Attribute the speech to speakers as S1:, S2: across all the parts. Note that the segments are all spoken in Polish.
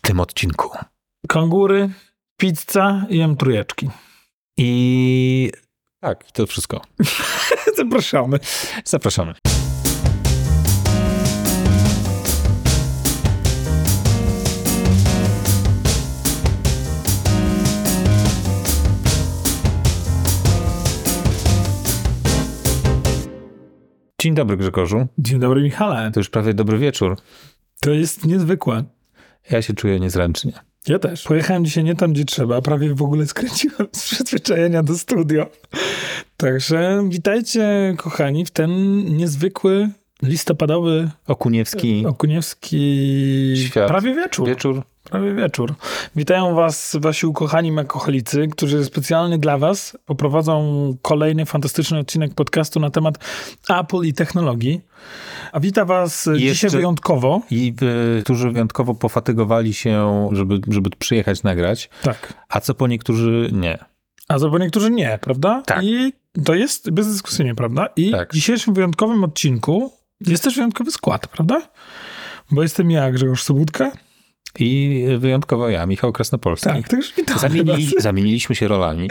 S1: tym odcinku.
S2: Kangury, pizza i m trójeczki.
S1: I
S3: Tak, to wszystko.
S2: Zapraszamy.
S3: Zapraszamy. Dzień dobry Grzegorzu.
S2: Dzień dobry, Michale.
S3: To już prawie dobry wieczór.
S2: To jest niezwykłe.
S3: Ja się czuję niezręcznie.
S2: Ja też. Pojechałem dzisiaj nie tam, gdzie trzeba. Prawie w ogóle skręciłem z przyzwyczajenia do studio. Także witajcie, kochani, w ten niezwykły listopadowy E,
S3: Okuniewski
S2: okuniewski
S3: Mm. Świat.
S2: prawie wieczór.
S3: wieczór.
S2: Prawie wieczór. Witają was wasi ukochani makoholicy, którzy specjalnie dla was poprowadzą kolejny fantastyczny odcinek podcastu na temat Apple i technologii. A wita was dzisiaj
S3: Jeszcze-
S2: wyjątkowo.
S3: I y, którzy wyjątkowo pofatygowali się, żeby, żeby przyjechać nagrać,
S2: Tak.
S3: a co po niektórzy nie.
S2: A za niektórzy nie, prawda?
S3: Tak.
S2: I to jest bezdyskusyjnie, prawda? I
S3: Tak.
S2: w dzisiejszym wyjątkowym odcinku jest też wyjątkowy skład, prawda? Bo jestem ja, Grzegorz Sobudka.
S3: I wyjątkowo ja, Michał Krasnopolski.
S2: Tak, także witam
S3: Zamienili,
S2: was.
S3: zamieniliśmy się rolami.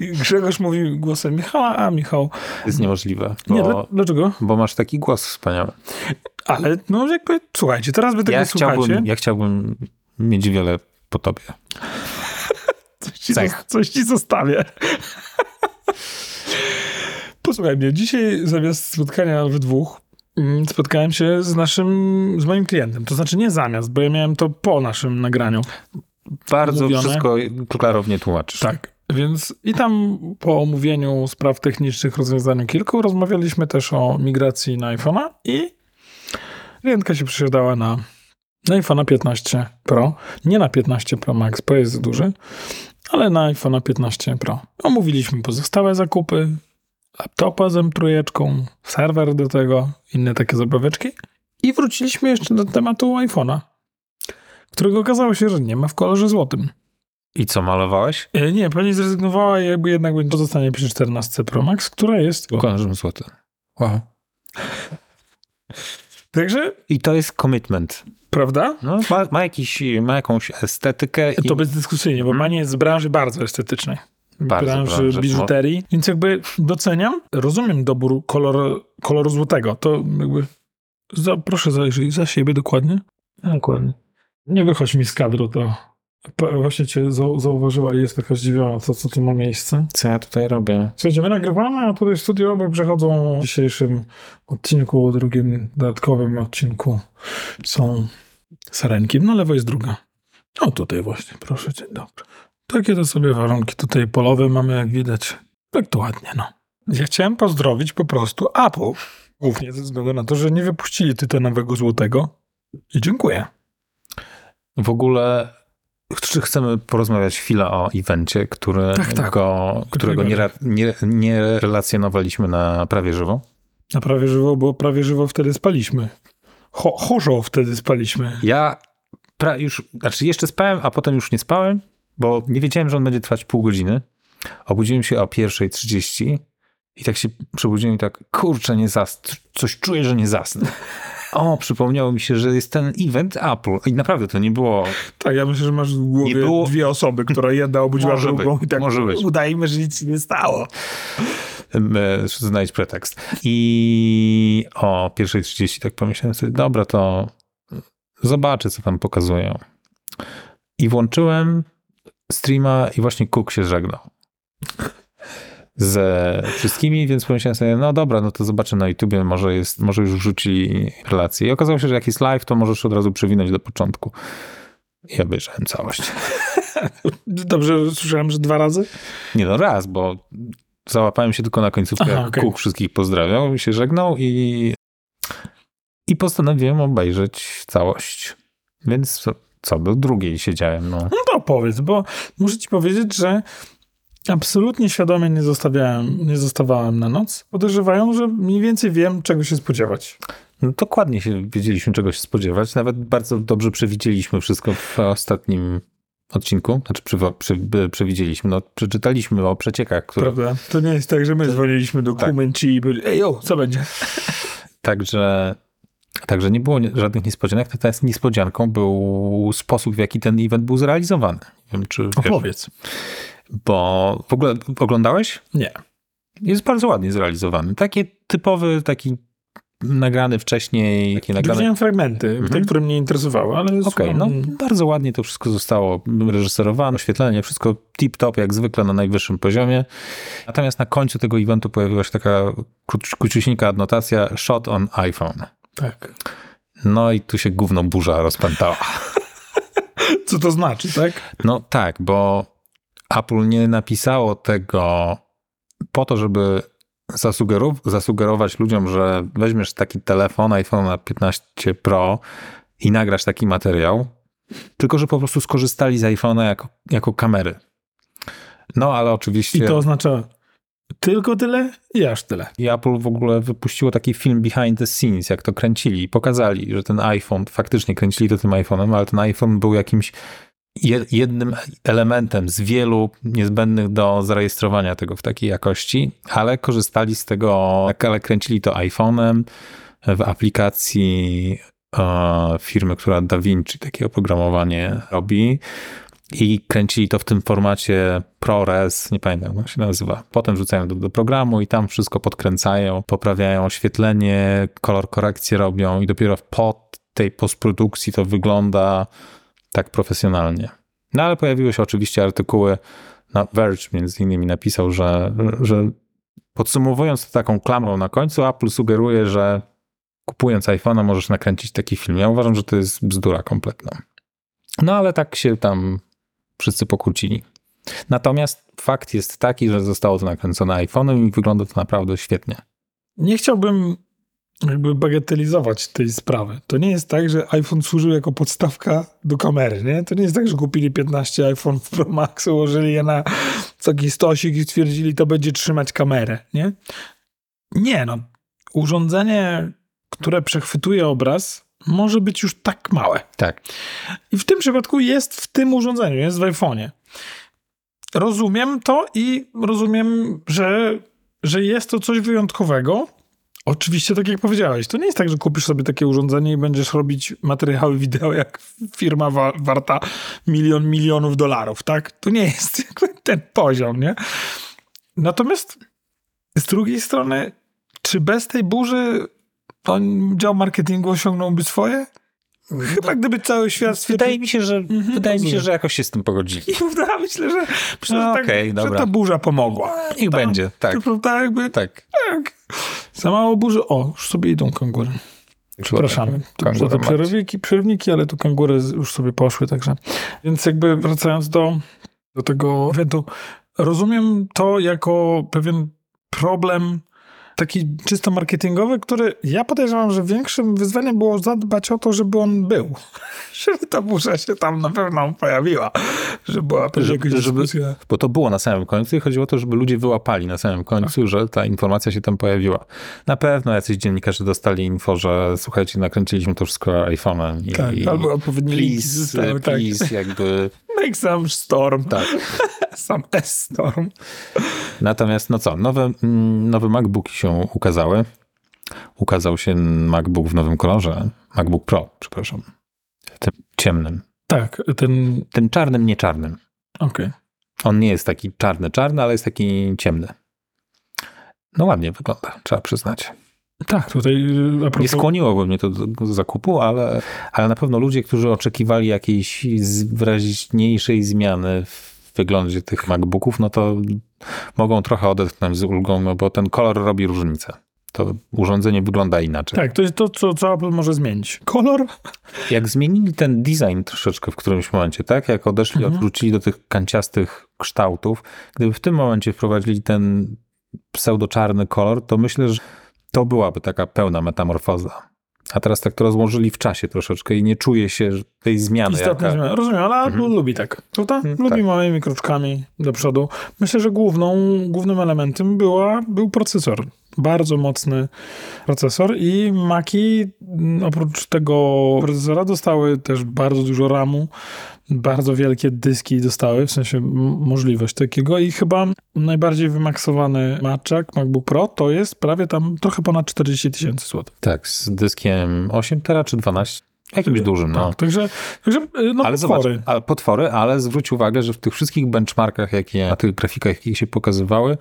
S2: Grzegorz mówi głosem Michała, a Michał...
S3: To jest niemożliwe, bo,
S2: Nie, dla- dlaczego?
S3: bo masz taki głos wspaniały.
S2: Ale no jakby, słuchajcie, teraz wy tego
S3: Ja
S2: słuchacie.
S3: chciałbym, ja chciałbym mieć wiele po tobie.
S2: Coś ci,
S3: Cech.
S2: zos- coś ci zostawię. Posłuchaj mnie, dzisiaj zamiast spotkania we dwóch mm, spotkałem się z naszym, z moim klientem. To znaczy nie zamiast, bo ja miałem to po naszym nagraniu.
S3: Bardzo
S2: Umówione.
S3: wszystko klarownie tłumaczysz.
S2: Tak. Więc i tam po omówieniu spraw technicznych, rozwiązaniu kilku, rozmawialiśmy też o migracji na iPhone'a i klientka się przysiadała na, na iPhone'a 15 Pro. Nie na 15 Pro Max, bo jest duży, ale na iPhone'a 15 Pro. Omówiliśmy pozostałe zakupy, laptopa z M3, serwer do tego, inne takie zabaweczki i wróciliśmy jeszcze do tematu iPhone'a, którego okazało się, że nie ma w kolorze złotym.
S3: I co, malowałeś?
S2: E, Nie, pani zrezygnowała i jakby jednak będzie- pozostanie przy 14 Pro Max, która jest.
S3: Kolorzem złoty. Wow.
S2: Także,
S3: I to jest commitment.
S2: prawda?
S3: No, ma, ma, jakiś, ma jakąś estetykę. I... Mhm.
S2: To bezdyskusyjnie, bo pani jest z branży bardzo estetycznej.
S3: Bardzo
S2: branży
S3: branży, no.
S2: biżuterii, więc jakby doceniam, rozumiem dobór kolor, koloru złotego. To jakby. Za, proszę zajrzyj za siebie dokładnie. Dokładnie. Nie wychodź mi z kadru, to. Pa- Właśnie cię zau- zauważyła i jest taka zdziwiona, co, co tu ma miejsce.
S3: Co ja tutaj robię?
S2: Słuchajcie, my nagrywamy, a tutaj w studio obok przechodzą w dzisiejszym odcinku, drugim dodatkowym odcinku są sarenki. Na lewo jest druga. O, tutaj właśnie, proszę, dzień dobry. Takie to sobie warunki tutaj polowe mamy, jak widać. Tak to ładnie, no. Ja chciałem pozdrowić po prostu Apple. Głównie ze względu na to, że nie wypuścili tytanowego złotego. I dziękuję.
S3: W ogóle czy chcemy porozmawiać chwilę o evencie, który,
S2: Tak, tak.
S3: Go, którego nie, ra- nie, nie relacjonowaliśmy na prawie żywo?
S2: A prawie żywo, bo prawie żywo wtedy spaliśmy. Cho, chorzo wtedy spaliśmy.
S3: Ja pra już, znaczy jeszcze spałem, a potem już nie spałem, bo nie wiedziałem, że on będzie trwać pół godziny. Obudziłem się o 1.30 i tak się przebudziłem i tak, kurczę, nie zasnę, coś czuję, że nie zasnę. O, przypomniało mi się, że jest ten event Apple i naprawdę to nie było,
S2: Tak, ja myślę, że masz w głowie
S3: Nie było-
S2: dwie osoby, która jedna obudziła
S3: Może
S2: drugą
S3: być,
S2: i tak
S3: może być.
S2: udajmy, że nic się nie stało.
S3: em, e, znajdź pretekst. I o 1.30 tak pomyślałem sobie, dobra, to zobaczę, co tam pokazują. I włączyłem streama i właśnie Cook się żegnał. Ze wszystkimi, więc pomyślałem sobie, no dobra, no to zobaczę na YouTubie, może, jest, może już wrzucili relacje. I okazało się, że jak jest live, to możesz od razu przewinąć do początku. I obejrzałem całość.
S2: Dobrze słyszałem, że dwa razy?
S3: Nie no, raz, bo załapałem się tylko na końcówkę,
S2: Aha,
S3: jak
S2: okej.
S3: Cook wszystkich pozdrawiał, się żegnał i, i postanowiłem obejrzeć całość. Więc co, co do drugiej siedziałem, no.
S2: No to powiedz, bo muszę ci powiedzieć, że absolutnie świadomie nie, zostawiałem, nie zostawałem na noc, podejrzewają, że mniej więcej wiem, czego się spodziewać.
S3: no dokładnie się wiedzieliśmy, czego się spodziewać. Nawet bardzo dobrze przewidzieliśmy wszystko w ostatnim odcinku. Znaczy, przy, przy, przewidzieliśmy, no, przeczytaliśmy o przeciekach, które
S2: Prawda? To nie jest tak, że my dzwoniliśmy do
S3: Tak.
S2: Kumenci i byli, ej, o, co będzie?
S3: Także Także nie było nie- żadnych niespodzianek, natomiast niespodzianką był sposób, w jaki ten event był zrealizowany. Nie wiem, czy wiesz,
S2: Opowiedz.
S3: bo w ogóle oglądałeś?
S2: Nie.
S3: Jest bardzo ładnie zrealizowany. Taki typowy, taki nagrany wcześniej, takie nagrane
S2: Widziałem fragmenty, te, które mnie interesowały, ale
S3: Mhm. Okej,
S2: słucham,
S3: no bardzo ładnie to wszystko zostało reżyserowane, oświetlenie, wszystko tip-top, jak zwykle na najwyższym poziomie. Natomiast na końcu tego eventu pojawiła się taka króci- króciusieńka adnotacja shot on iPhone.
S2: tak.
S3: No i tu się gówno burza rozpętała.
S2: Co to znaczy, tak?
S3: No tak, bo Apple nie napisało tego po to, żeby zasugeru- zasugerować ludziom, że weźmiesz taki telefon iPhone 15 Pro i nagrasz taki materiał, tylko że po prostu skorzystali z iPhone'a jako, jako kamery. No ale oczywiście
S2: I to oznacza tylko tyle i aż tyle.
S3: i Apple w ogóle wypuściło taki film behind the scenes, jak to kręcili i pokazali, że ten iPhone, faktycznie kręcili to tym iPhone'em, ale ten iPhone był jakimś je- jednym elementem z wielu niezbędnych do zarejestrowania tego w takiej jakości, ale korzystali z tego, ale kręcili to iPhone'em w aplikacji e, firmy, która DaVinci takie oprogramowanie robi i kręcili to w tym formacie ProRes, nie pamiętam jak on się nazywa. Potem wrzucają do, do programu i tam wszystko podkręcają, poprawiają oświetlenie, kolor korekcję robią i dopiero po tej postprodukcji to wygląda tak profesjonalnie. No ale pojawiły się oczywiście artykuły, na Verge między innymi napisał, że, że podsumowując to taką klamrą na końcu, Apple sugeruje, że kupując iPhone'a możesz nakręcić taki film. Ja uważam, że to jest bzdura kompletna. No ale tak się tam wszyscy pokłócili. Natomiast fakt jest taki, że zostało to nakręcone iPhone'em i wygląda to naprawdę świetnie.
S2: Nie chciałbym jakby bagatelizować tej sprawy. To nie jest tak, że iPhone służył jako podstawka do kamery, nie? To nie jest tak, że kupili 15 iPhone Pro Max, ułożyli je na taki stosik i stwierdzili, to będzie trzymać kamerę, nie? Nie, no. Urządzenie, które przechwytuje obraz, może być już tak małe.
S3: Tak.
S2: I w tym przypadku jest w tym urządzeniu, jest w iPhone'ie. Rozumiem to i rozumiem, że, że jest to coś wyjątkowego. Oczywiście, tak jak powiedziałeś, to nie jest tak, że kupisz sobie takie urządzenie i będziesz robić materiały wideo jak firma wa- warta milion milionów dolarów, tak? To nie jest jakby ten poziom, nie? Natomiast z drugiej strony, czy bez tej burzy on, dział marketingu osiągnąłby swoje? Chyba gdyby cały świat stwierdził,
S3: Wydaje mi się, że, wydaje mi się,
S2: Mhm, rozumiem.
S3: że jakoś się z tym pogodzili.
S2: Prawda? Myślę, że, myślę, że,
S3: No
S2: tak,
S3: okej,
S2: że
S3: dobra.
S2: ta burza pomogła.
S3: Niech
S2: Tam-
S3: będzie, tak.
S2: To prawda, jakby tak.
S3: Tak.
S2: Za mało burzy. O, już sobie idą kangury. Przepraszamy. To były te
S3: Kangury macie.
S2: przerwniki, przerwniki, ale tu kangury z- już sobie poszły, także. Więc jakby wracając do, do tego eventu, rozumiem to jako pewien problem taki czysto marketingowy, który ja podejrzewam, że większym wyzwaniem było zadbać o to, żeby on był. żeby ta burza się tam na pewno pojawiła. Że była pewnie
S3: Żeby-
S2: jakaś
S3: żeby-
S2: dyskusja.
S3: Bo to było na samym końcu i chodziło o to, żeby ludzie wyłapali na samym końcu,
S2: Tak.
S3: że ta informacja się tam pojawiła. Na pewno jacyś dziennikarze dostali info, że słuchajcie, nakręciliśmy to wszystko iPhone'em i,
S2: Tak,
S3: i
S2: albo odpowiednie linki
S3: please,
S2: zostały, tak.
S3: please, jakby
S2: Make some storm,
S3: tak.
S2: some S-storm.
S3: Natomiast no co, nowe, mm, nowe MacBooki się ukazały. Ukazał się MacBook w nowym kolorze, MacBook Pro, przepraszam. W tym ciemnym.
S2: Tak, ten...
S3: Tym czarnym, nie czarnym.
S2: Okej.
S3: On nie jest taki czarny, czarny, ale jest taki ciemny. No ładnie wygląda, trzeba przyznać.
S2: Tak, tutaj y, a
S3: Nie
S2: propos...
S3: skłoniłoby mnie to do do zakupu, ale, ale na pewno ludzie, którzy oczekiwali jakiejś z- wyraźniejszej zmiany w wyglądzie tych MacBooków, no to mogą trochę odetchnąć z ulgą, no bo ten kolor robi różnicę. To urządzenie wygląda inaczej.
S2: Tak, to jest to, co, co Apple może zmienić. Kolor?
S3: Jak zmienili ten design troszeczkę w którymś momencie, tak? Jak odeszli,
S2: Mhm.
S3: odwrócili do tych kanciastych kształtów, gdyby w tym momencie wprowadzili ten pseudoczarny kolor, to myślę, że to byłaby taka pełna metamorfoza. A teraz tak to rozłożyli w czasie troszeczkę i nie czuję się że tej zmiany.
S2: Istotna
S3: no Jaka...
S2: zmiana. Rozumiem, ale Apple lubi tak, prawda?
S3: Mhm,
S2: lubi
S3: tak.
S2: małymi kroczkami do przodu. Myślę, że główną, głównym elementem była, był procesor. Bardzo mocny procesor i mm, Maki m, oprócz tego procesora dostały też bardzo dużo RAMu. bardzo wielkie dyski dostały, w sensie m- możliwość takiego i chyba najbardziej wymaksowany maczak MacBook Pro to jest prawie tam trochę ponad 40 tysięcy złotych.
S3: Tak, z dyskiem 8 tera czy 12? Jakimś dużym, no.
S2: Tak, także, także y, no,
S3: ale
S2: potwory.
S3: zobacz, a, potwory, ale zwróć uwagę, że w tych wszystkich benchmarkach, jakie na tych grafikach, jakie się pokazywały,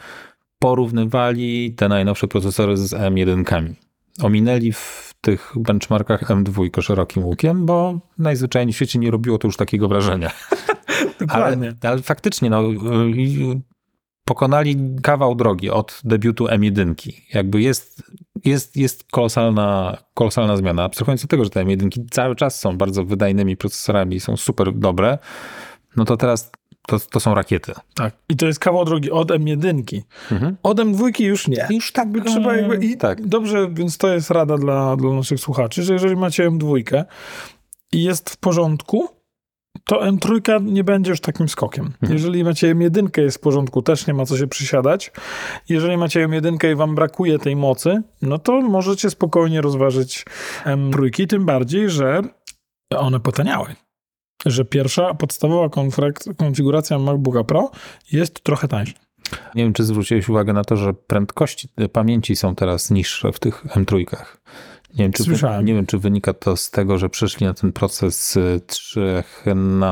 S3: porównywali te najnowsze procesory z M1. Ominęli w tych benchmarkach M2 szerokim łukiem, bo najzwyczajniej w świecie nie robiło to już takiego wrażenia.
S2: Dokładnie.
S3: Ale, ale faktycznie, no, y, pokonali kawał drogi od debiutu M1. Jakby jest, jest, jest kolosalna, kolosalna zmiana. Abstrahując od tego, że te M1 cały czas są bardzo wydajnymi procesorami i są super dobre, no to teraz to, to są rakiety.
S2: Tak. I to jest kawał drogi od M1.
S3: Mhm.
S2: Od M2 już nie.
S3: Już tak by
S2: Trzeba jakby i
S3: Tak.
S2: dobrze, więc to jest rada dla, dla naszych słuchaczy, że jeżeli macie M2 i jest w porządku, to M3 nie będzie już takim skokiem. Jeżeli macie M1 jest w porządku, też nie ma co się przysiadać. Jeżeli macie M1 i wam brakuje tej mocy, no to możecie spokojnie rozważyć M3, tym bardziej, że one potaniały. Że pierwsza podstawowa konfrek- konfiguracja MacBooka Pro jest trochę tańsza.
S3: Nie wiem, czy zwróciłeś uwagę na to, że prędkości e, pamięci są teraz niższe w tych M3. Nie wiem, czy,
S2: Słyszałem.
S3: nie wiem, czy wynika to z tego, że przeszli na ten proces e, 3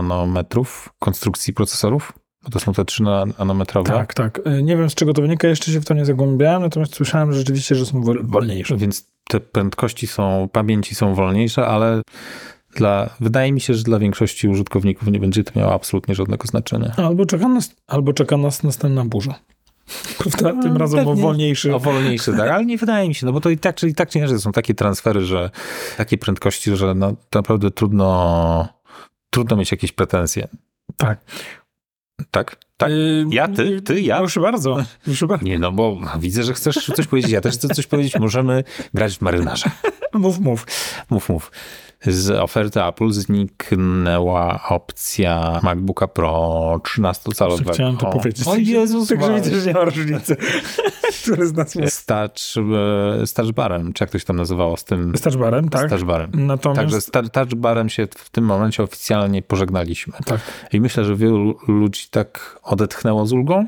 S3: nanometrów konstrukcji procesorów, bo to są te 3 na- nanometrowe.
S2: Tak, tak. Y, Nie wiem z czego to wynika, jeszcze się w to nie zagłębiałem, natomiast słyszałem że rzeczywiście, że są wol- wolniejsze.
S3: Więc te prędkości są, pamięci są wolniejsze, ale dla, wydaje mi się, że dla większości użytkowników nie będzie to miało absolutnie żadnego znaczenia.
S2: Albo czeka nas, albo czeka nas następna burza. Prawda? Tym
S3: No,
S2: razem o
S3: pewnie.
S2: wolniejszy.
S3: O wolniejsze, tak, ale nie wydaje mi się, no bo to i tak, czy i tak czy inaczej są takie transfery, że takie prędkości, że no, naprawdę trudno, trudno mieć jakieś pretensje.
S2: Tak.
S3: Tak? Tak.
S2: Y,
S3: Ja, ty, ty, ja.
S2: Proszę bardzo. Proszę bardzo.
S3: Nie, no bo widzę, że chcesz coś powiedzieć. Ja też chcę coś powiedzieć. Możemy grać w marynarza.
S2: Mów, mów.
S3: Mów, mów. Z oferty Apple zniknęła opcja MacBooka Pro 13-calowego.
S2: Chciałem to
S3: tak. O.
S2: powiedzieć.
S3: O Jezus
S2: Także
S3: Maria.
S2: widzę, że nie ma różnicy. Który z nas jest?
S3: Z touch, e, z touch barem, czy jak to się tam nazywało, z tym
S2: Starz barem,
S3: tak? z
S2: tak?
S3: touch barem.
S2: Natomiast
S3: Także z tar- touch barem się w tym momencie oficjalnie pożegnaliśmy.
S2: Tak.
S3: I myślę, że wielu ludzi tak odetchnęło z ulgą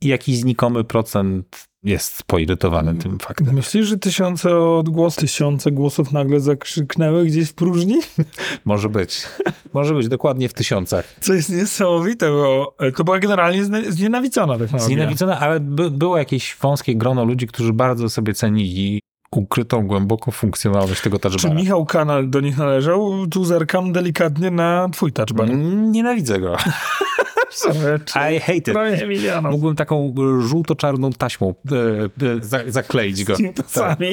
S3: i jakiś znikomy procent jest poirytowany tym faktem.
S2: myślisz, że tysiące odgłosów, tysiące głosów nagle zakrzyknęły gdzieś w próżni?
S3: Może być. Może być dokładnie w tysiącach.
S2: Co jest niesamowite, bo e, to była generalnie zne- znienawidzona technologia.
S3: Znienawidzone, ale by, było jakieś wąskie grono ludzi, którzy bardzo sobie cenili ukrytą głęboko funkcjonalność tego touch
S2: Czy
S3: bara.
S2: Michał Kanal do nich należał? Tu zerkam delikatnie na twój touch bar.
S3: Mm, Nienawidzę go. Mm. I hate it.
S2: Prawie milionów.
S3: Mógłbym taką e, żółto-czarną taśmą e, e, za, zakleić go.
S2: Sami,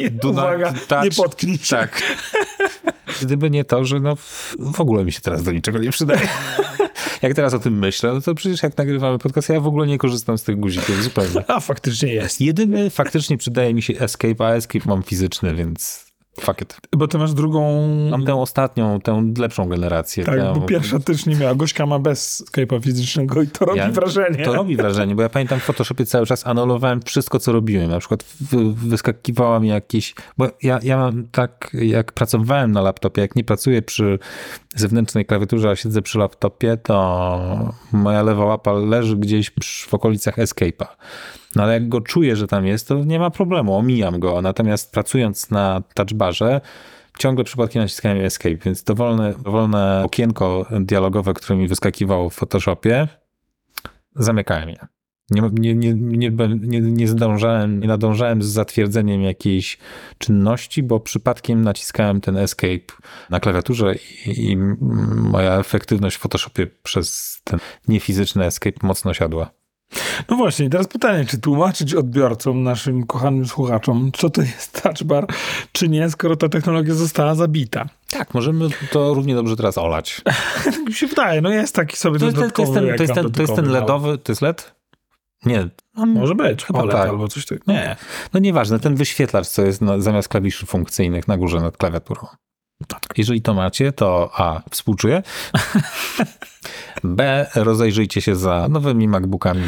S3: Tak. Do not
S2: uwaga,
S3: touch.
S2: nie potknij się.
S3: Tak. Gdyby nie to, że no w- w ogóle mi się teraz do niczego nie przydaje. Jak teraz o tym myślę, no to przecież jak nagrywamy podcast, ja w ogóle nie korzystam z tych guzików zupełnie.
S2: A faktycznie jest.
S3: Jedyny faktycznie przydaje mi się escape, a escape mam fizyczny, więc fuck it.
S2: Bo ty masz drugą...
S3: Mam tę ostatnią, tę lepszą generację.
S2: Tak,
S3: tę,
S2: bo pierwsza też nie miała. Gośka ma bez Skype'a fizycznego i to robi
S3: Ja-
S2: wrażenie.
S3: To robi wrażenie, bo ja pamiętam w Photoshopie cały czas anulowałem wszystko, co robiłem. Na przykład w- wyskakiwała mi jakieś... Bo ja, ja mam tak, jak pracowałem na laptopie, jak nie pracuję przy zewnętrznej klawiaturze, a siedzę przy laptopie, to moja lewa łapa leży gdzieś przy, w okolicach Escape'a. No ale jak go czuję, że tam jest, to nie ma problemu, omijam go. Natomiast pracując na touchbarze, ciągle przypadkiem naciskałem Escape, więc dowolne, dowolne okienko dialogowe, które mi wyskakiwało w Photoshopie, zamykałem je. Nie, nie, nie, nie, nie, nie zdążałem, nie nadążałem z zatwierdzeniem jakiejś czynności, bo przypadkiem naciskałem ten escape na klawiaturze i, i moja efektywność w Photoshopie przez ten niefizyczny escape mocno siadła.
S2: No właśnie, i teraz pytanie, czy tłumaczyć odbiorcom, naszym kochanym słuchaczom, co to jest touch bar, czy nie, skoro ta technologia została zabita.
S3: Tak, możemy to równie dobrze teraz olać.
S2: Tak mi się wydaje, no jest taki sobie
S3: To jest, ten- to jest,
S2: dodatkowy
S3: ten, to jest,
S2: ekran
S3: ten, to jest ten
S2: dotykowy, no.
S3: LEDowy, to jest LED? Nie. no,
S2: Może być,
S3: Chyba
S2: OLED
S3: tak.
S2: albo coś takiego.
S3: Nie, no nieważne, ten wyświetlacz, co jest na, zamiast klawiszy funkcyjnych na górze nad klawiaturą. Jeżeli to macie, to A. Współczuję. B. Rozejrzyjcie się za nowymi MacBookami,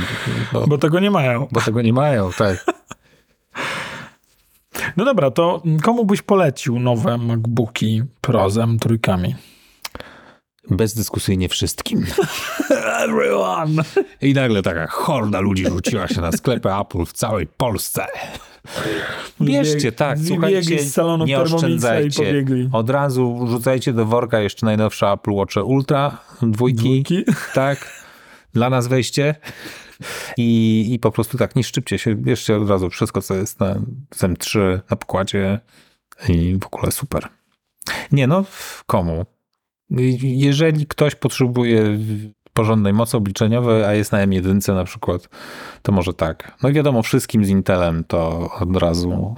S3: bo,
S2: Bo tego nie mają.
S3: bo tego nie mają, tak.
S2: No dobra, to komu byś polecił nowe MacBooki Pro z M3?
S3: bezdyskusyjnie wszystkim.
S2: Everyone!
S3: I nagle taka horda ludzi rzuciła się na sklepy Apple w całej Polsce. Bierzcie,
S2: Wybieg-
S3: tak,
S2: wybiegli
S3: słuchajcie,
S2: z salonu
S3: nie
S2: Thermomixa i
S3: oszczędzajcie.
S2: pobiegli.
S3: Od razu rzucajcie do worka jeszcze najnowsze Apple Watche Ultra, dwójki,
S2: Dwójki.
S3: tak, dla nas wejście. I, I po prostu tak, nie szczypcie się, bierzcie od razu wszystko, co jest na M3, na pokładzie i w ogóle super. Nie no, komu? Jeżeli ktoś potrzebuje porządnej mocy obliczeniowej, a jest na M1 na przykład, to może tak. No i wiadomo, wszystkim z Intelem to od razu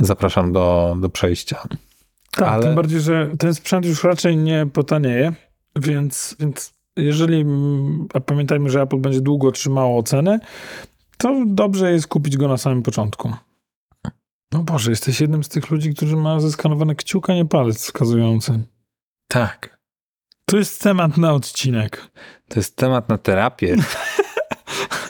S3: zapraszam do, do przejścia.
S2: Tak,
S3: Ale-
S2: tym bardziej, że ten sprzęt już raczej nie potanieje, więc, więc jeżeli, mm, a pamiętajmy, że Apple będzie długo trzymało ceny, to dobrze jest kupić go na samym początku. No Boże, jesteś jednym z tych ludzi, którzy ma zeskanowane kciuka, nie palec wskazujący.
S3: Tak.
S2: To jest temat na odcinek.
S3: To jest temat na terapię.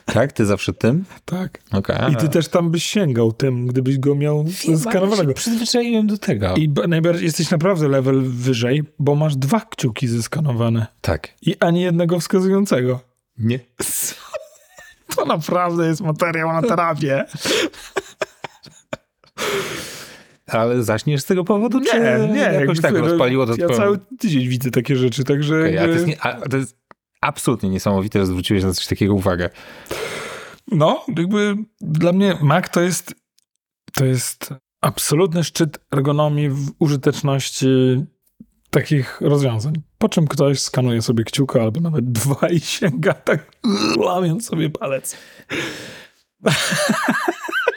S3: tak? Ty zawsze tym?
S2: Tak.
S3: Okay.
S2: I ty też tam byś sięgał tym, gdybyś go miał zeskanowanego.
S3: Przyzwyczaiłem do tego.
S2: I b- najbardziej jesteś naprawdę level wyżej, bo masz dwa kciuki zeskanowane
S3: tak.
S2: i ani jednego wskazującego.
S3: Nie.
S2: To naprawdę jest materiał na terapię.
S3: Ale zaśniesz z tego powodu? czy
S2: Nie, nie.
S3: Jakoś tak
S2: kurde,
S3: rozpaliło to
S2: Ja
S3: twoją-
S2: cały tydzień widzę takie rzeczy, także...
S3: Okej, a to, jest
S2: jakby-
S3: nie, a to jest absolutnie niesamowite, że zwróciłeś na coś takiego uwagę.
S2: No, jakby dla mnie Mac to jest to jest absolutny szczyt ergonomii w użyteczności takich rozwiązań. Po czym ktoś skanuje sobie kciuka albo nawet dwa i sięga tak łamiąc sobie palec.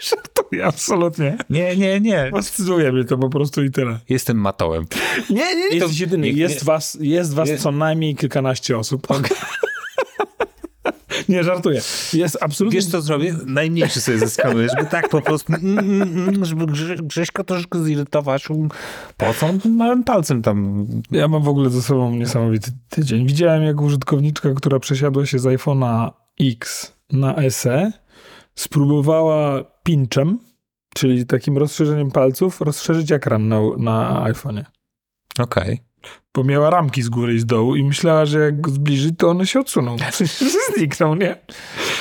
S2: Żartuję, absolutnie.
S3: Nie, nie, nie.
S2: Fascynuje mnie to po prostu i tyle.
S3: Jestem matołem.
S2: Nie, nie,
S3: to-
S2: jest jedyny.
S3: nie, nie.
S2: Jest was, jest was
S3: Nie.
S2: co najmniej kilkanaście osób. nie żartuję. Jest absolutnie.
S3: Wiesz co zrobię? Najmniejszy sobie zeskanuję, żeby tak po prostu, mm, mm, mm, żeby Grze- Grześka troszkę zirytować. Po co? Małym palcem tam.
S2: Ja mam w ogóle ze sobą niesamowity tydzień. Widziałem jak użytkowniczka, która przesiadła się z iPhone'a X na SE, spróbowała pinczem, czyli takim rozszerzeniem palców, rozszerzyć ekran na, na iPhone'ie.
S3: Okej.
S2: Bo miała ramki z góry i z dołu i myślała, że jak go zbliży, to one się odsuną. W sensie, że znikną, nie?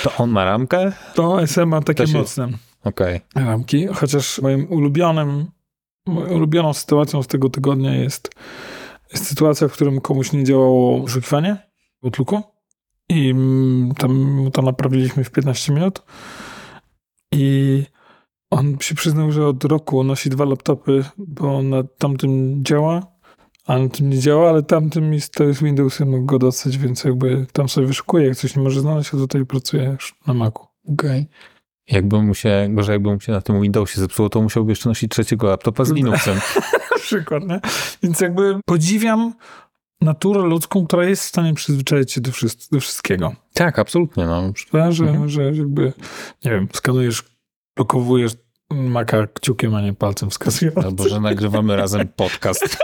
S3: To on ma ramkę?
S2: To SE ma takie
S3: To się-
S2: mocne.
S3: Okej.
S2: ramki, chociaż moim ulubionym, moją ulubioną sytuacją z tego tygodnia jest, jest sytuacja, w którym komuś nie działało wyszukiwanie w Outlooku i mm, tam mu to naprawiliśmy w 15 minut i on się przyznał, że od roku nosi dwa laptopy, bo na tamtym działa, a na tym nie działa, ale tamtym jest, to jest Windows, ja mógł go dostać, więc jakby tam sobie wyszukuje, jak coś nie może znaleźć, to tutaj pracuje już na Macu. Okej.
S3: Jakby mu się, gorzej jakby mu się na tym Windowsie zepsuło, to musiałby jeszcze nosić trzeciego laptopa z Linuxem.
S2: przykład, nie? Więc jakby podziwiam naturę ludzką, która jest w stanie przyzwyczaić się do, wszys- do wszystkiego.
S3: tak, absolutnie. No.
S2: Prawda? Że,
S3: Mhm.
S2: że jakby, nie wiem, skanujesz, blokowujesz maka kciukiem, a nie palcem wskazującym.
S3: Albo, że nagrywamy razem podcast.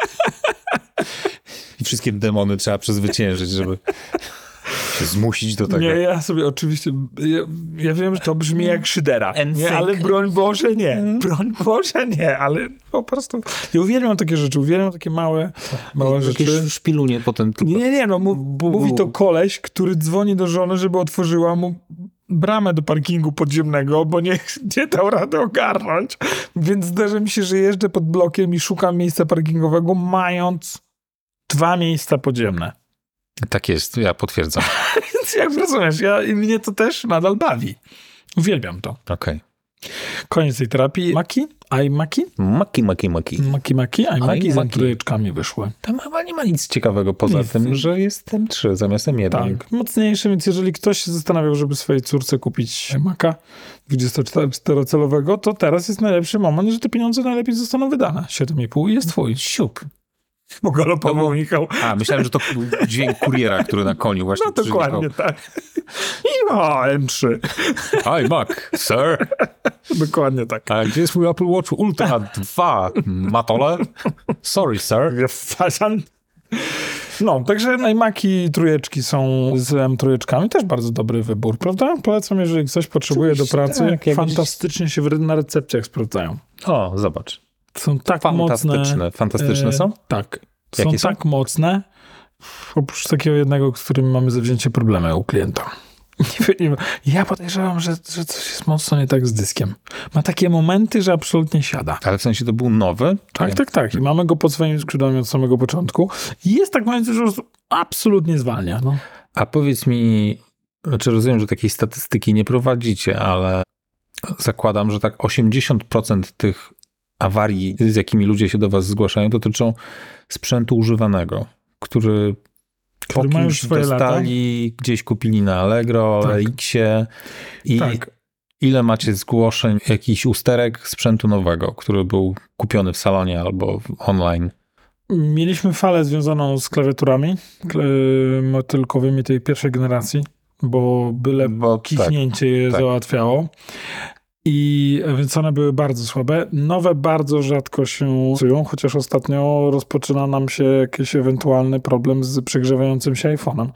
S3: I wszystkie demony trzeba przezwyciężyć, żeby się zmusić do tego.
S2: Nie, ja sobie oczywiście, ja, ja wiem, że to brzmi jak szydera,
S3: And
S2: nie,
S3: think.
S2: ale broń Boże nie,
S3: Mhm.
S2: broń Boże nie, ale po prostu, ja uwielbiam takie rzeczy, uwielbiam takie małe, małe rzeczy.
S3: Jakieś szpilunie potem tylko.
S2: Nie, nie, nie, no mu, mówi to koleś, który dzwoni do żony, żeby otworzyła mu bramę do parkingu podziemnego, bo nie, nie dał rady ogarnąć. Więc zdarza mi się, że jeżdżę pod blokiem i szukam miejsca parkingowego, mając dwa miejsca podziemne.
S3: Tak jest, ja potwierdzam.
S2: Więc jak rozumiesz, ja, i mnie to też nadal bawi. Uwielbiam to.
S3: Okej.
S2: Koniec tej terapii. Maki? Aj Maki?
S3: Maki, maki, maki.
S2: Maki Maki? Aj Maki z
S3: Maki.
S2: trójeczkami wyszły.
S3: Tam chyba nie ma nic ciekawego poza
S2: Nic.
S3: tym, że jest M3 zamiast M1.
S2: Tak, mocniejszy, więc jeżeli ktoś się zastanawiał, żeby swojej córce kupić Maca 24-calowego, to teraz jest najlepszy moment, że te pieniądze najlepiej zostaną wydane. 7,5 i jest twój. Siup. Pogalopował Michał.
S3: A, myślałem, że to był dźwięk kuriera, który na koniu właśnie
S2: No dokładnie tak. I o, M3.
S3: przyjechał. Hi, Mac, sir.
S2: Dokładnie tak.
S3: A gdzie jest mój Apple Watch Ultra 2, matole? Sorry, sir.
S2: Fasan. No, także najmaki trójeczki są z M trójeczkami. Też bardzo dobry wybór, prawda? Polecam, jeżeli ktoś potrzebuje do
S3: Oczywiście,
S2: pracy.
S3: tak, jakbyś-
S2: fantastycznie się w- na recepcjach sprawdzają.
S3: O, zobacz.
S2: Są tak mocne.
S3: Fantastyczne. Fantastyczne
S2: E,
S3: są?
S2: Tak. Są,
S3: Jakie są?
S2: tak mocne, Oprócz takiego jednego, z którym mamy zawzięcie problemy u klienta. Nie wiem, nie wiem. Ja podejrzewam, że, że coś jest mocno nie tak z dyskiem. Ma takie momenty, że absolutnie siada.
S3: Ale w sensie to był nowy?
S2: Tak, tak, tak. I mamy go pod swoimi skrzydłami od samego początku. I jest tak moment, że już absolutnie zwalnia. No.
S3: A powiedz mi, znaczy rozumiem, że takiej statystyki nie prowadzicie, ale zakładam, że tak 80% tych awarii, z jakimi ludzie się do was zgłaszają, dotyczą sprzętu używanego, który,
S2: Który
S3: po
S2: ma już
S3: kimś
S2: swoje lata.
S3: dostali, gdzieś kupili na Allegro,
S2: Tak.
S3: Elixie i
S2: Tak.
S3: ile macie zgłoszeń, jakichś usterek sprzętu nowego, który był kupiony w salonie albo w- online.
S2: Mieliśmy falę związaną z klawiaturami kle- motylkowymi tej pierwszej generacji, bo byle
S3: Bo tak,
S2: kichnięcie je
S3: tak.
S2: załatwiało. I e, więc one były bardzo słabe. Nowe bardzo rzadko się psują, chociaż ostatnio rozpoczyna nam się jakiś ewentualny problem z przegrzewającym się iPhone'em,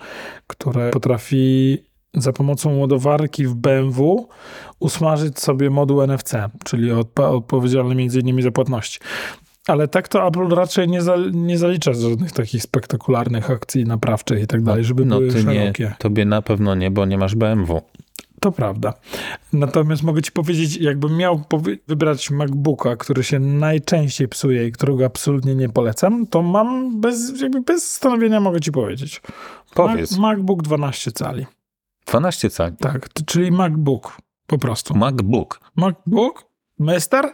S2: które potrafi za pomocą ładowarki w BMW usmażyć sobie moduł NFC, czyli odpa- odpowiedzialny między innymi za płatności. Ale tak to Apple raczej nie, za, nie zalicza żadnych takich spektakularnych akcji naprawczych i tak dalej, żeby
S3: no
S2: były
S3: ty nie,
S2: szerokie.
S3: tobie na pewno nie, bo nie masz BMW.
S2: To prawda. Natomiast mogę ci powiedzieć, jakbym miał powy- wybrać MacBooka, który się najczęściej psuje i którego absolutnie nie polecam, to mam bez, jakby bez zastanowienia mogę ci powiedzieć.
S3: Powiedz.
S2: Ma- MacBook 12 cali.
S3: 12 cali.
S2: Tak, t- czyli MacBook po prostu.
S3: Mhm. MacBook.
S2: MacBook, Mister,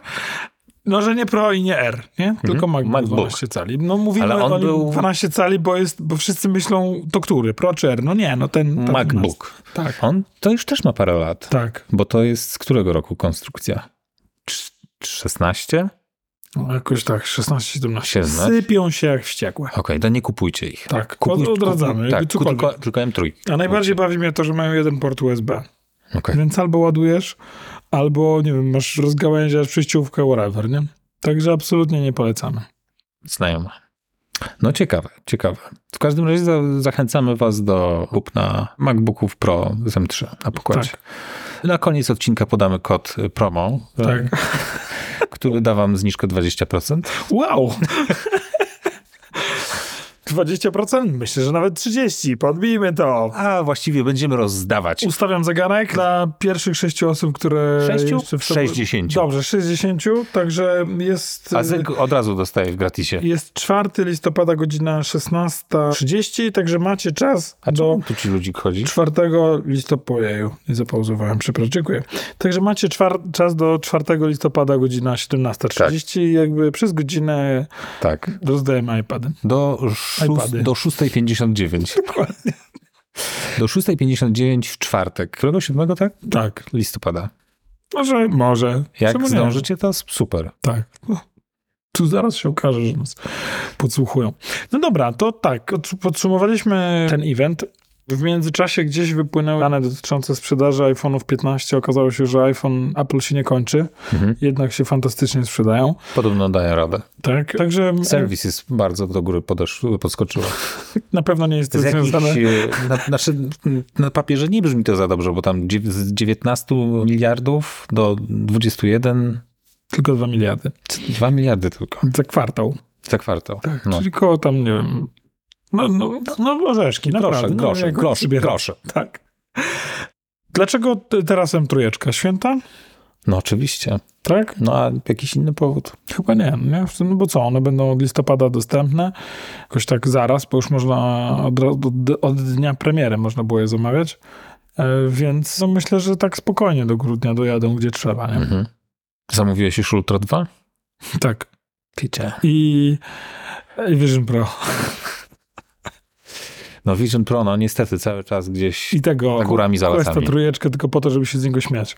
S2: no że nie Pro i nie R, nie? Tylko MacBook,
S3: Mhm. MacBook.
S2: 12 cali. No mówimy
S3: Ale on
S2: o nim
S3: był-
S2: 12 cali, bo, jest, bo wszyscy myślą, to który? Pro czy R? No nie, no ten... ten
S3: MacBook.
S2: 12. Tak,
S3: On to już też ma parę lat,
S2: tak.
S3: bo to jest z którego roku konstrukcja? Cz- 16?
S2: No, jakoś tak, 16-17.
S3: 17.
S2: Sypią się jak wściekłe.
S3: Okej, to nie kupujcie ich.
S2: Tak,
S3: Kupuj-
S2: od- odradzamy.
S3: kupuj- Tak,
S2: jakby
S3: ku-
S2: cokolwiek.
S3: tylko, tylko M3.
S2: A najbardziej bawi mnie to, że mają jeden port USB.
S3: Okej.
S2: Więc albo ładujesz, albo, nie wiem, masz rozgałęziasz przejściówkę, whatever, nie? Także absolutnie nie polecamy.
S3: Znajoma. No ciekawe, ciekawe. W każdym razie za, zachęcamy was do kupna MacBooków Pro z M3 na pokładzie. Na koniec odcinka podamy kod y, promo, y,
S2: Tak.
S3: który da wam zniżkę 20%.
S2: Wow! 20%? Myślę, że nawet 30%. Podbijmy to.
S3: A właściwie będziemy rozdawać.
S2: Ustawiam zegarek dla pierwszych sześciu osób, które...
S3: Sześciu?
S2: jeszcze w to-
S3: 60.
S2: Dobrze, 60, także jest...
S3: A Zyg od razu dostaje w gratisie.
S2: Jest 4 listopada, godzina 16.30, także macie czas
S3: A
S2: do
S3: czemu tu ci ludzik chodzi?
S2: 4 listopada. Ojeju, nie zapauzowałem, przepraszam, dziękuję. Także macie czwar- czas do 4 listopada, godzina 17.30. Jakby przez godzinę
S3: Tak.
S2: rozdajemy iPady.
S3: Do, szóst,
S2: iPady.
S3: do 6.59.
S2: Dokładnie.
S3: Do 6.59 w czwartek. Którego 7, tak?
S2: Tak.
S3: Listopada.
S2: Może, może.
S3: Jak
S2: Czemu nie?
S3: zdążycie, to super.
S2: Tak. No. Tu zaraz się okaże, że nas podsłuchują. No dobra, to tak, od- podsumowaliśmy ten event. W międzyczasie gdzieś wypłynęły dane dotyczące sprzedaży iPhone'ów 15. Okazało się, że iPhone Apple się nie kończy,
S3: Mhm.
S2: jednak się fantastycznie sprzedają.
S3: Podobno daje radę.
S2: Tak, także
S3: Serwis jest bardzo do góry podesz, podskoczyło.
S2: na pewno nie jest to
S3: Z jakichś,
S2: związane.
S3: e, na, znaczy, na papierze nie brzmi to za dobrze, bo tam dziew- z 19 miliardów do 21,
S2: Tylko 2 miliardy
S3: 2 miliardy tylko
S2: za kwartał.
S3: za kwartał.
S2: Tak,
S3: No.
S2: czyli koło tam, nie wiem, no, no, no orzeszki,
S3: Grosze,
S2: naprawdę. no,
S3: grosze,
S2: jak
S3: grosze,
S2: przybieram.
S3: grosze.
S2: Tak. Dlaczego t- teraz M3? Święta?
S3: No oczywiście.
S2: Tak?
S3: No a jakiś inny powód?
S2: Chyba nie, nie? W sumie, No bo co, one będą od listopada dostępne, jakoś tak zaraz, bo już można od, ra- od, od dnia premiery można było je zamawiać, E, więc no myślę, że tak spokojnie do grudnia dojadą, gdzie trzeba, nie?
S3: Mhm. Zamówiłeś już Ultra 2?
S2: Tak.
S3: Picie.
S2: I, I Vision Pro.
S3: No Vision Pro, no niestety cały czas gdzieś
S2: I tego
S3: na górami za
S2: Questa
S3: lasami.
S2: trójeczkę tylko po to, żeby się z niego śmiać.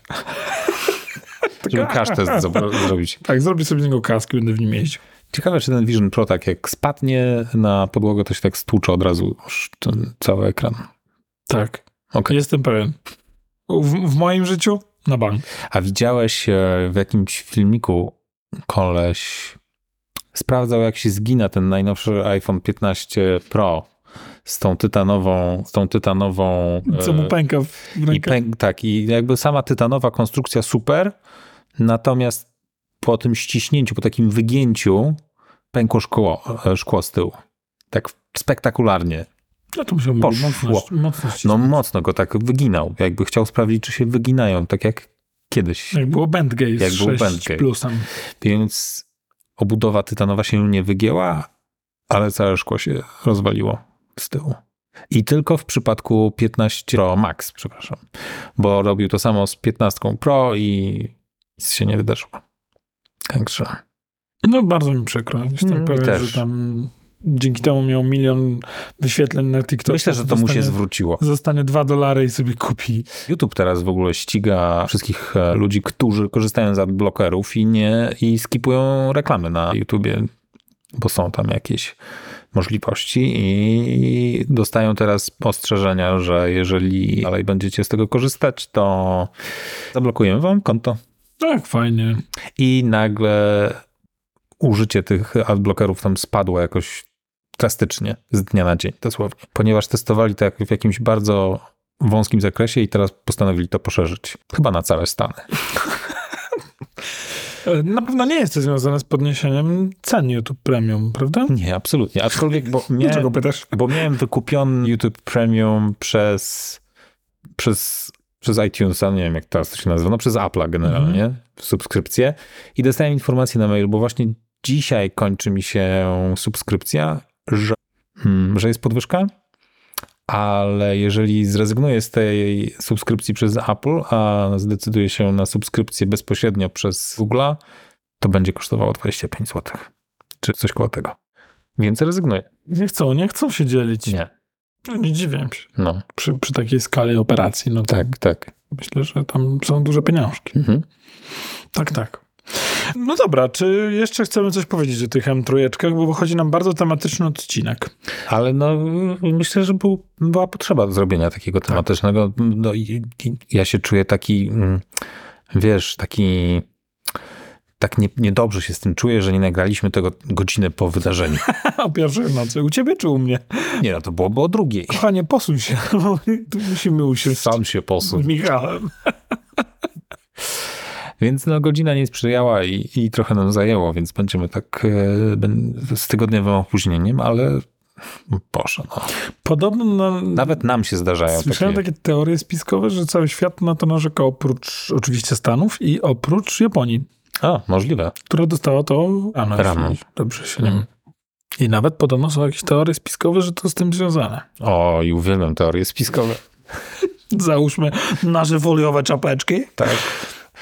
S3: Żeby
S2: Tak.
S3: crash test zro- zrobić.
S2: Tak, zrobię sobie z niego kask i będę w nim jeździł.
S3: Ciekawe, czy ten Vision Pro tak jak spadnie na podłogę, to się tak stłucze od razu już ten cały ekran.
S2: Tak.
S3: Okej.
S2: Jestem pewien. W, w moim życiu? Na bank.
S3: A widziałeś e, w jakimś filmiku koleś sprawdzał, jak się zgina ten najnowszy iPhone 15 Pro z tą tytanową, z tą tytanową...
S2: Co
S3: e,
S2: mu pęka w
S3: I
S2: rękę.
S3: pęk, tak, i jakby sama tytanowa konstrukcja super, natomiast po tym ściśnięciu, po takim wygięciu pękło szkło, e, szkło z tyłu. tak spektakularnie.
S2: No to musiałby
S3: Poszło.
S2: mocno, mocno
S3: No
S2: no.
S3: mocno go tak wyginał. Jakby chciał sprawdzić, czy się wyginają, tak jak kiedyś.
S2: Jak było Bandgate z
S3: Jak było
S2: 6
S3: Bandgate.
S2: plusem.
S3: Więc obudowa tytanowa się nie wygięła, ale całe szkło się rozwaliło z tyłu. I tylko w przypadku 15 Pro Max, przepraszam, bo robił to samo z 15 Pro i nic się nie wydarzyło. Także
S2: No bardzo mi przykro. Jestem
S3: Mm, mi
S2: pewien,
S3: też.
S2: że tam dzięki temu miał milion wyświetleń na TikToku.
S3: myślę, że to mu się
S2: Zostanie-
S3: zwróciło.
S2: Zostanie 2 dolary i sobie kupi.
S3: YouTube teraz w ogóle ściga wszystkich e, ludzi, którzy korzystają z adblockerów i nie i skipują reklamy na YouTubie, bo są tam jakieś możliwości i dostają teraz ostrzeżenia, że jeżeli dalej będziecie z tego korzystać, to zablokujemy wam konto.
S2: Tak, fajnie.
S3: I nagle użycie tych adblockerów tam spadło jakoś drastycznie z dnia na dzień, dosłownie. Ponieważ testowali to jak- w jakimś bardzo wąskim zakresie i teraz postanowili to poszerzyć. Chyba na całe Stany.
S2: E, Na pewno nie jest to związane z podniesieniem cen YouTube Premium, prawda?
S3: Nie, absolutnie. Aczkolwiek, bo
S2: Dlaczego
S3: miałem,
S2: pytasz?
S3: bo miałem wykupiony YouTube Premium przez, przez, przez iTunesa, nie wiem jak teraz to się nazywa, no przez Apple'a generalnie, subskrypcję i dostałem informację na mailu, bo właśnie dzisiaj kończy mi się subskrypcja, że, hmm, że jest podwyżka, ale jeżeli zrezygnuję z tej subskrypcji przez Apple, a zdecyduję się na subskrypcję bezpośrednio przez Google'a, to będzie kosztowało 25 zł. Czy coś koło tego. Więc rezygnuję.
S2: Nie chcą, nie chcą się dzielić.
S3: Nie.
S2: No, nie dziwię się.
S3: No,
S2: Przy, przy takiej skali operacji, no to
S3: tak, tak.
S2: myślę, że tam są duże pieniążki.
S3: Mhm.
S2: Tak, tak. No dobra, czy jeszcze chcemy coś powiedzieć o tych M3, bo wychodzi nam bardzo tematyczny odcinek.
S3: Ale no, myślę, że był, była potrzeba zrobienia takiego tematycznego. No i, i ja się czuję taki, mm, wiesz, taki, tak nie, niedobrze się z tym czuję, że nie nagraliśmy tego godzinę po wydarzeniu.
S2: O pierwszej w nocy. U ciebie czy u mnie?
S3: Nie, no to było, bo o drugiej.
S2: Kochanie, posuń się. bo Tu musimy usiąść
S3: Sam się posuł.
S2: z Michałem.
S3: Więc no, godzina nie sprzyjała i, i trochę nam zajęło, więc będziemy tak e, ben- z tygodniowym opóźnieniem, ale Boże, no.
S2: Podobno na,
S3: Nawet nam się zdarzają
S2: słyszałem
S3: takie...
S2: takie... teorie spiskowe, że cały świat na to narzeka oprócz oczywiście Stanów i oprócz Japonii,
S3: A, możliwe.
S2: która dostała to rano.
S3: Rano.
S2: jeśli Dobrze się nie I nawet podobno są jakieś teorie spiskowe, że to z tym związane.
S3: O, i uwielbiam teorie spiskowe.
S2: Załóżmy nasze foliowe czapeczki.
S3: Tak.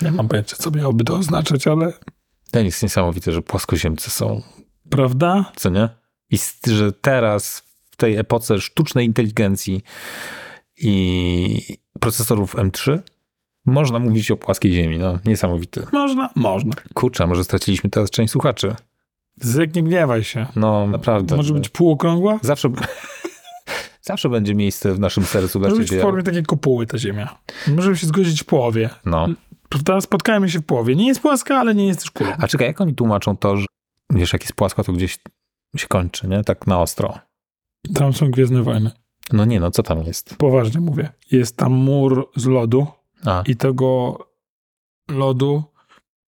S2: Nie mam pojęcia, co miałoby to oznaczać, ale
S3: To jest niesamowite, że płaskoziemcy są,
S2: prawda?
S3: co nie? I s- że teraz w tej epoce sztucznej inteligencji i procesorów M3 można mówić o płaskiej ziemi. No, niesamowite.
S2: Można? Można.
S3: Kurczę, może straciliśmy teraz część słuchaczy.
S2: Zyk, nie gniewaj się.
S3: No, naprawdę.
S2: Może być półokrągła?
S3: Zawsze... Zawsze będzie miejsce w naszym sercu dla
S2: Może być w
S3: ciebie.
S2: formie takiej kopuły ta ziemia. Możemy się zgodzić w połowie.
S3: No.
S2: Prawda? Spotkajmy się w połowie. Nie jest płaska, ale nie jest też kulą.
S3: A czekaj, jak oni tłumaczą to, że wiesz, jak jest płasko, to gdzieś się kończy, nie? Tak na ostro.
S2: Tam są Gwiezdne Wojny.
S3: No nie, no co tam jest?
S2: Poważnie mówię. Jest tam mur z lodu
S3: A,
S2: i tego lodu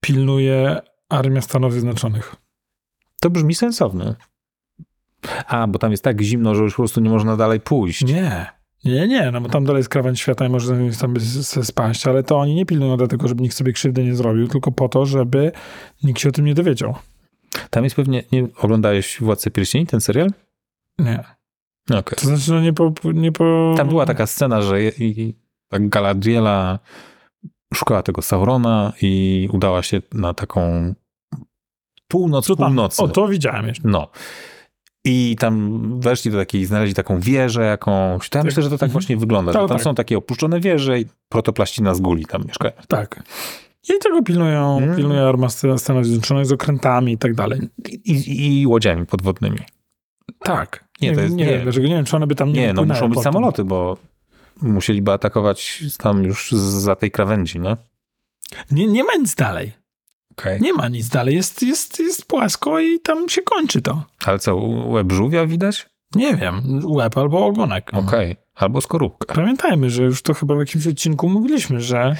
S2: pilnuje Armia Stanów Zjednoczonych.
S3: To brzmi sensowne. A, bo tam jest tak zimno, że już po prostu nie można dalej pójść.
S2: Nie. Nie, nie, no bo tam dalej jest krawędź świata i może tam sobie spaść, ale to oni nie pilnują dlatego, żeby nikt sobie krzywdy nie zrobił, tylko po to, żeby nikt się o tym nie dowiedział.
S3: Tam jest pewnie... Nie oglądałeś Władcę Pierścieni, ten serial?
S2: Nie.
S3: Okej.
S2: To znaczy, że nie po... Nie po...
S3: Tam była taka scena, że je, i, tak Galadriela szukała tego Saurona i udała się na taką północ
S2: Co tam?
S3: północy.
S2: O, to widziałem jeszcze.
S3: No. I tam weszli do takiej, znaleźli taką wieżę jakąś. To ja
S2: Tak.
S3: myślę, że to tak
S2: Mhm.
S3: właśnie wygląda, że
S2: Tak,
S3: tam
S2: tak.
S3: są takie opuszczone wieże i protoplaścina z guli tam mieszkają.
S2: Tak. I tego pilnują,
S3: Mm.
S2: pilnuje Armia Stan- Stanów Zjednoczonych z okrętami i tak dalej.
S3: I, i, i łodziami podwodnymi.
S2: Tak.
S3: Nie,
S2: Nie,
S3: to jest-
S2: nie,
S3: nie.
S2: wiem dlaczego, nie wiem, czy one by tam nie
S3: Nie, no
S2: wpłynęły
S3: muszą być
S2: potem.
S3: samoloty, bo musieliby atakować tam już z- za tej krawędzi, no.
S2: Nie, nie ma nic dalej.
S3: Okay.
S2: Nie ma nic dalej. Jest, jest, jest płasko i tam się kończy to.
S3: Ale co, łeb żółwia widać?
S2: Nie wiem, łeb albo ogonek.
S3: Okej. Albo skorupkę.
S2: Pamiętajmy, że już to chyba w jakimś odcinku mówiliśmy, że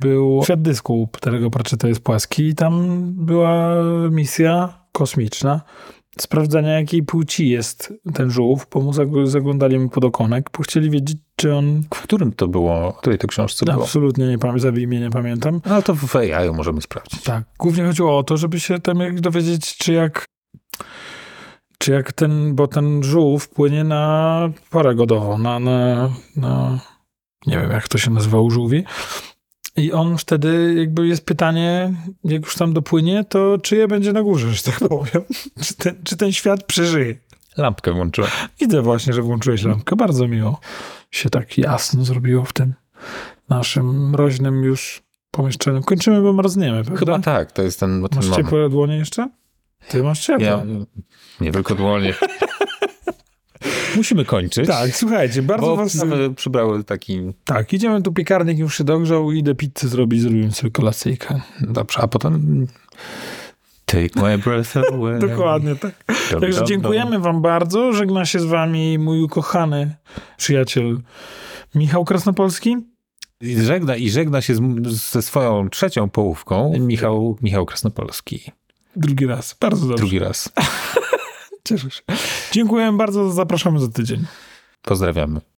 S2: był świat dysku, którego Pratchetta jest płaski i tam była misja kosmiczna sprawdzania, jakiej płci jest ten żółw, bo mu zag- zaglądali mu pod okonek, bo chcieli wiedzieć, czy on...
S3: W którym to było? W której to książce było?
S2: Absolutnie nie pamiętam, za imię nie pamiętam.
S3: No ale to w AI możemy sprawdzić.
S2: Tak. Głównie chodziło o to, żeby się tam jak dowiedzieć, czy jak. Czy jak ten, bo ten żółw wpłynie na porę godową, na, na, na nie wiem jak to się nazywa u żółwi. I on wtedy jakby jest pytanie, jak już tam dopłynie, to czyje będzie na górze, że tak powiem. Czy ten, czy ten świat przeżyje.
S3: Lampkę włączyłem.
S2: Widzę właśnie, że włączyłeś lampkę. Bardzo miło się tak jasno zrobiło w tym naszym mroźnym już pomieszczeniu. Kończymy, bo marzniemy, prawda?
S3: Chyba tak, to jest ten, ten
S2: Masz
S3: moment.
S2: ciepłe dłonie jeszcze? Ty masz ciepłe.
S3: Ja, nie tylko dłonie. Musimy kończyć.
S2: Tak, słuchajcie, bardzo
S3: Bo
S2: was...
S3: mamy przybrały taki...
S2: Tak, idziemy tu piekarnik, już się dogrzał, idę pizzę zrobić, zrobimy sobie kolacyjkę.
S3: Dobrze, a potem... Take my breath away.
S2: Dokładnie tak.
S3: Dum,
S2: Także
S3: dum,
S2: dziękujemy wam bardzo, żegna się z wami mój ukochany przyjaciel Michał Krasnopolski.
S3: dum. I żegna, I żegna się z, ze swoją trzecią połówką Michał, Michał Krasnopolski.
S2: Drugi raz, bardzo dobrze,
S3: Drugi raz.
S2: cieszę się. Dziękuję bardzo, zapraszamy za tydzień.
S3: Pozdrawiamy.